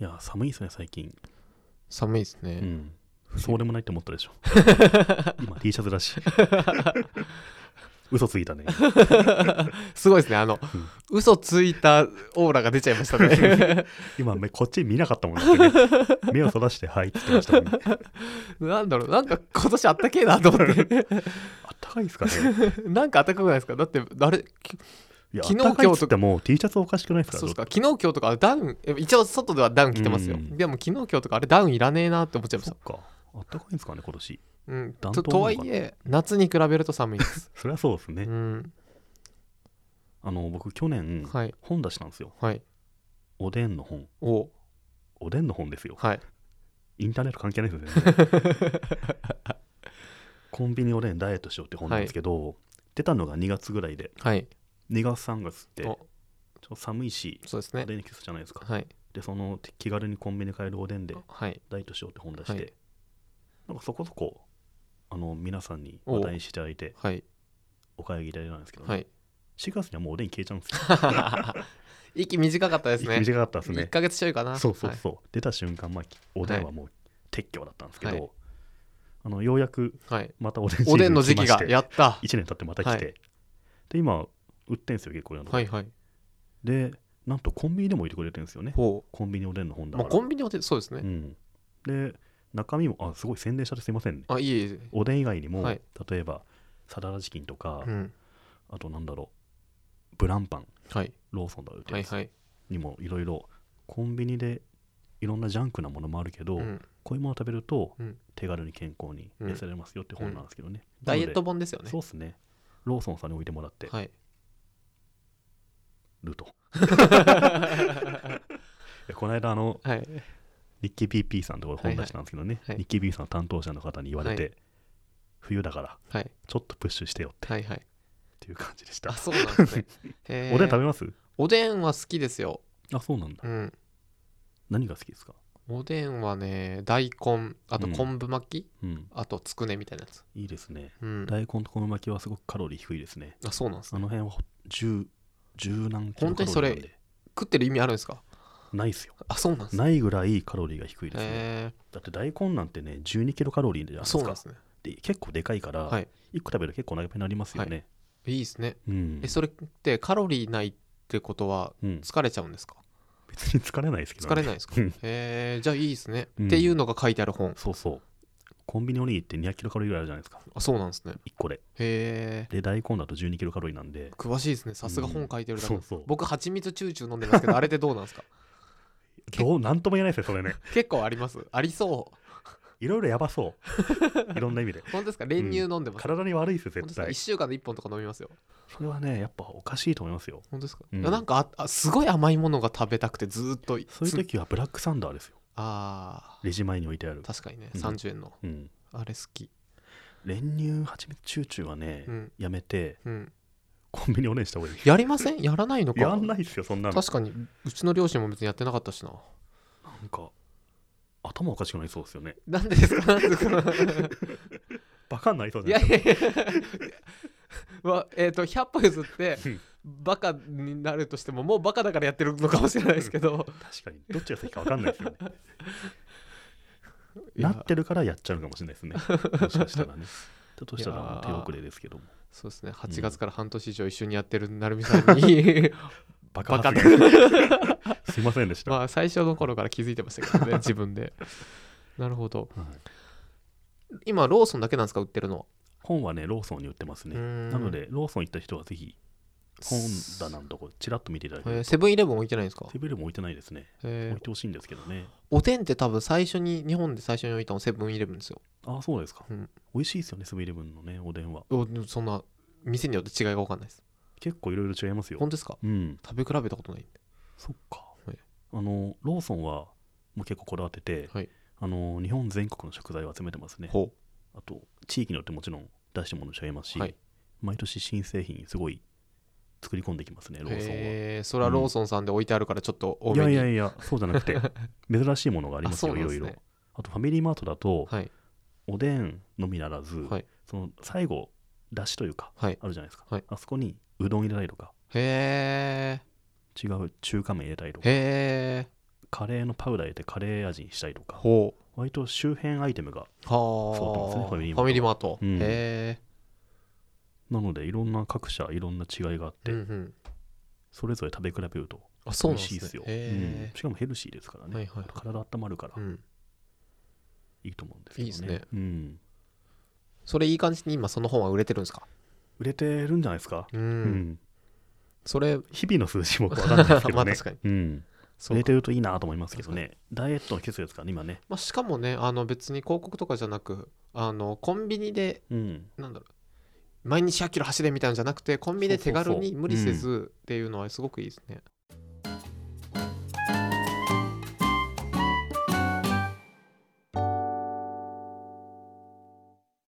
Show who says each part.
Speaker 1: いや、寒いですね、最近。
Speaker 2: 寒いですね、
Speaker 1: うん。そうでもないって思ったでし ょ。今、T シャツだし。 嘘ついたね。
Speaker 2: すごいですねあの、嘘ついたオーラが出ちゃいましたね
Speaker 1: 今、目こっち見なかったもんね。目をそらして、はいって言ってましたもんね。
Speaker 2: なんだろうなんか今年あったけえなと思って
Speaker 1: あったかいですかね。
Speaker 2: なんかあったかくないですかだって誰
Speaker 1: いや、あっ
Speaker 2: 昨日
Speaker 1: たかいっつっても T シャツおかしくないですか
Speaker 2: そうですか昨日今日とかダウンえ一応外ではダウン着てますよ、
Speaker 1: うん
Speaker 2: でも昨日今日とかあれダウンいらねえなって思っちゃいまし
Speaker 1: そ
Speaker 2: た
Speaker 1: っ、か。あったかいんですかね、今年。
Speaker 2: うん、
Speaker 1: 暖
Speaker 2: と
Speaker 1: 冬
Speaker 2: と
Speaker 1: なの
Speaker 2: は
Speaker 1: かない
Speaker 2: え夏に比べると寒いです、
Speaker 1: そりゃそうですね。
Speaker 2: うん、
Speaker 1: あの、僕、去年、
Speaker 2: はい
Speaker 1: 本出したんですよ。
Speaker 2: はい
Speaker 1: おでんの本。
Speaker 2: おう
Speaker 1: おでんの本ですよ。
Speaker 2: はい
Speaker 1: インターネット関係ないですよね。 コンビニおでんダイエットしようって本なんですけど、出たのが2月ぐらいで、
Speaker 2: はい
Speaker 1: 2月3月って、ちょ
Speaker 2: お
Speaker 1: っと寒いし、
Speaker 2: そうです
Speaker 1: お
Speaker 2: ね
Speaker 1: でんに季節じゃないですか。
Speaker 2: はい
Speaker 1: で、その気軽にコンビニで買えるおでんで
Speaker 2: はい
Speaker 1: ダイエットしようって本出して、
Speaker 2: はい
Speaker 1: なんかそこそこ、あの皆さんに話題にしていただいて
Speaker 2: はい
Speaker 1: お買い上げいただいたんですけど、
Speaker 2: はい
Speaker 1: 4月にはもうおでん消えちゃうんですよ。
Speaker 2: 息短かったですね
Speaker 1: 短かったです
Speaker 2: 1
Speaker 1: ね。
Speaker 2: ヶ月ちょいかな
Speaker 1: そうそう
Speaker 2: はい
Speaker 1: そう、出た瞬間、まあ、おでんはもう撤去だったんですけど、
Speaker 2: はい
Speaker 1: あのようやく
Speaker 2: はい
Speaker 1: またおでんシーズン
Speaker 2: おでんの
Speaker 1: 来
Speaker 2: 時期
Speaker 1: まし
Speaker 2: が
Speaker 1: て
Speaker 2: やった
Speaker 1: 1年経ってまた来て、
Speaker 2: は
Speaker 1: で今売ってんすよ結構なとこ
Speaker 2: はいはい
Speaker 1: でなんとコンビニでも置いてくれてるんですよね
Speaker 2: ほ
Speaker 1: コンビニおでんの本
Speaker 2: う
Speaker 1: だ
Speaker 2: ま
Speaker 1: か
Speaker 2: あ
Speaker 1: ら、
Speaker 2: コンビニはそうですね、
Speaker 1: うん、で中身もあすごい宣伝しちゃってすいませんね
Speaker 2: あいえいえ
Speaker 1: おでん以外にも、
Speaker 2: はい
Speaker 1: 例えばサラダチキンとか、
Speaker 2: うん
Speaker 1: あとなんだろうブランパン
Speaker 2: はい
Speaker 1: ローソンだ売ってる
Speaker 2: はい
Speaker 1: やつ
Speaker 2: はい
Speaker 1: にもいろいろコンビニでいろんなジャンクなものもあるけど、
Speaker 2: うん
Speaker 1: こういうものを食べると
Speaker 2: うん
Speaker 1: 手軽に健康に
Speaker 2: うん
Speaker 1: 痩せられますよって本なんですけどね、
Speaker 2: ダイエッ
Speaker 1: な
Speaker 2: ト
Speaker 1: の
Speaker 2: 本ですよ
Speaker 1: で
Speaker 2: ね
Speaker 1: そうっすねローソンさんに置いてもらって
Speaker 2: はい
Speaker 1: る といやこの間あの
Speaker 2: はい
Speaker 1: 日記 PP さんのところ本出したんですけどね、
Speaker 2: はいはい
Speaker 1: 日記 PP さんの担当者の方に言われて、
Speaker 2: は
Speaker 1: 冬だから
Speaker 2: はい
Speaker 1: ちょっとプッシュしてよって
Speaker 2: はいはい
Speaker 1: っていう感じでした、
Speaker 2: あそうなんで すねへー
Speaker 1: おでん食べます
Speaker 2: おでんは好きですよ
Speaker 1: あそうなんだ
Speaker 2: うん
Speaker 1: 何が好きですか
Speaker 2: おでんはね大根あと
Speaker 1: うん
Speaker 2: 昆布巻き、
Speaker 1: うん
Speaker 2: あとつくねみたいなやつ
Speaker 1: いいですね
Speaker 2: うん
Speaker 1: 大根とこの巻きはすごくカロリー低いですね
Speaker 2: あそうなんです
Speaker 1: あ
Speaker 2: ね
Speaker 1: の辺は10十何キロ
Speaker 2: 本当に
Speaker 1: カロリーなんで
Speaker 2: 食ってる意味あるんですか
Speaker 1: ないですよ
Speaker 2: あそうなんですね
Speaker 1: ないぐらいカロリーが低いですね、
Speaker 2: へ
Speaker 1: だって大根なんてね12キロカロリーじゃない
Speaker 2: ー
Speaker 1: です
Speaker 2: そうなん
Speaker 1: か
Speaker 2: ですね
Speaker 1: で結構でかいから、
Speaker 2: はい
Speaker 1: 1個食べると結構お腹いっぱいになりますよね、
Speaker 2: いいですね
Speaker 1: うん
Speaker 2: えそれってカロリーないってことは
Speaker 1: うん、
Speaker 2: 疲れちゃうんですか
Speaker 1: 別に疲れないですけど、ね、
Speaker 2: 疲れないですか
Speaker 1: うん
Speaker 2: へーじゃあいいですね、
Speaker 1: うん
Speaker 2: っていうのが書いてある本
Speaker 1: そうそうコンビニおにぎりって200キロカロリーぐらいあるじゃないですか
Speaker 2: あそうなんですね
Speaker 1: 1個で
Speaker 2: へえ
Speaker 1: で大根だと12キロカロリーなんで
Speaker 2: 詳しいですねさすが本書いてるだけ、
Speaker 1: うんそうそう
Speaker 2: 僕蜂蜜チューチュー飲ん でますけどあれってどうなんですかけ
Speaker 1: どうなんとも言えないですよそれね
Speaker 2: 結構ありますありそう
Speaker 1: いろいろやばそう いろんな意味で
Speaker 2: 本当ですか練乳飲んでます、
Speaker 1: 体に悪いですよ
Speaker 2: 本当
Speaker 1: 絶
Speaker 2: ですか1
Speaker 1: 対
Speaker 2: 週間で1本とか飲みますよ
Speaker 1: それはねやっぱおかしいと思いますよ
Speaker 2: 本当ですか、
Speaker 1: うん
Speaker 2: いやなんかああすごい甘いものが食べたくてずーっと
Speaker 1: そういう
Speaker 2: つ
Speaker 1: 時はブラックサンダーですよ
Speaker 2: あ
Speaker 1: レジ前に置いてある
Speaker 2: ー、確かにね、
Speaker 1: うん
Speaker 2: 30円の
Speaker 1: うん、
Speaker 2: あれ好き
Speaker 1: 練乳蜂蜜チューチューはね、
Speaker 2: うん
Speaker 1: やめて
Speaker 2: うん
Speaker 1: コンビニおねんした方がいい
Speaker 2: やりませんやらないのか
Speaker 1: やんないっすよそんなの
Speaker 2: 確かにうちの両親も別にやってなかったしな
Speaker 1: なんか頭おかしくなりそうですよね
Speaker 2: なんでですかなんでですか
Speaker 1: バカになりそう
Speaker 2: い
Speaker 1: じゃ
Speaker 2: や
Speaker 1: ない
Speaker 2: いやい やわえっ、と100歩譲って
Speaker 1: うん
Speaker 2: バカになるとしてももうバカだからやってるのかもしれないですけど
Speaker 1: 確かにどっちが先か分かんないですよね
Speaker 2: いや
Speaker 1: なってるからやっちゃうかもしれないです ねもしかしたらねだとしたらもう手遅れですけども
Speaker 2: そうですね8月から半年以上一緒にやってる成美さ んに
Speaker 1: バカ
Speaker 2: バカ
Speaker 1: 発
Speaker 2: だ
Speaker 1: 言 すいませんでした、
Speaker 2: まあ最初の頃から気づいてましたけ どね自分でなるほど
Speaker 1: はい
Speaker 2: 今ローソンだけなんですか売ってるのは
Speaker 1: 本はねローソンに売ってますねな
Speaker 2: な
Speaker 1: のでローソン行った人はぜひ本棚のとこチラッと見ていただけると
Speaker 2: セブンイレブン置いてないんですか
Speaker 1: セブンイレブン置いてないですね
Speaker 2: え
Speaker 1: 置い
Speaker 2: ー
Speaker 1: てほしいんですけどね
Speaker 2: おでんって多分最初に日本で最初に置いたのセブンイレブンですよ
Speaker 1: ああそうですか、
Speaker 2: うん
Speaker 1: 美味しいですよねセブンイレブンのねおでんは
Speaker 2: おでもそんな店によって違いが分かんないです
Speaker 1: 結構いろいろ違いますよ
Speaker 2: 本当ですか
Speaker 1: うん
Speaker 2: 食べ比べたことない
Speaker 1: そっか、
Speaker 2: はい
Speaker 1: あのローソンはもう結構こだわってて、
Speaker 2: はい
Speaker 1: あの日本全国の食材を集めてますね
Speaker 2: ほ
Speaker 1: あと地域によってもちろん出してもの違いますし、
Speaker 2: はい
Speaker 1: 毎年新製品すごい作り込んできますね
Speaker 2: う
Speaker 1: ローソンは、
Speaker 2: えーそれはローソンさんで置いてあるからちょっと多めに
Speaker 1: いやいやいやそうじゃなく て珍しいものがあります
Speaker 2: あ
Speaker 1: よ
Speaker 2: そう
Speaker 1: い
Speaker 2: なん
Speaker 1: ろ
Speaker 2: で
Speaker 1: い
Speaker 2: すね
Speaker 1: ろあとファミリーマートだと、
Speaker 2: はい
Speaker 1: おでんのみならず、
Speaker 2: はい
Speaker 1: その最後だしというか
Speaker 2: はい
Speaker 1: あるじゃないですか、
Speaker 2: はい
Speaker 1: あそこにうどん入れたりとか
Speaker 2: へ
Speaker 1: 違う中華麺入れたりと
Speaker 2: え
Speaker 1: か
Speaker 2: へえ
Speaker 1: カレーのパウダー入れてカレー味にしたりとか
Speaker 2: ほう
Speaker 1: 割と周辺アイテムが
Speaker 2: はあ
Speaker 1: そうなんですねファミリーマート
Speaker 2: ファミリーマート、
Speaker 1: うん
Speaker 2: へえ
Speaker 1: なのでいろんな各社いろんな違いがあって、
Speaker 2: うんうん
Speaker 1: それぞれ食べ比べると
Speaker 2: あそ
Speaker 1: 美
Speaker 2: うなん
Speaker 1: 味しいですよ
Speaker 2: へ
Speaker 1: うんしかもヘルシーですからね、
Speaker 2: はいはいはい
Speaker 1: 体温まるから
Speaker 2: え、うん、
Speaker 1: いいと思うんですけどね
Speaker 2: いいですね
Speaker 1: うん、
Speaker 2: それいい感じに今その本は売れてるんですか
Speaker 1: 売れてるんじゃないですか、
Speaker 2: うん、
Speaker 1: うん
Speaker 2: それ
Speaker 1: 日々の数字も分かんないですけどね
Speaker 2: まあ確かに
Speaker 1: うん、
Speaker 2: そ
Speaker 1: 売
Speaker 2: う
Speaker 1: れ
Speaker 2: か
Speaker 1: てるといいなと思いますけどねダイエットの季節ですからね今ね、
Speaker 2: まあ、しかもねあの別に広告とかじゃなくあのコンビニで
Speaker 1: うん、
Speaker 2: なんだろう毎日100キロ走れみたいなんじゃなくてコンビニで手軽
Speaker 1: そうそう
Speaker 2: に
Speaker 1: そう
Speaker 2: 無理せずっていうのはすごくいいですね。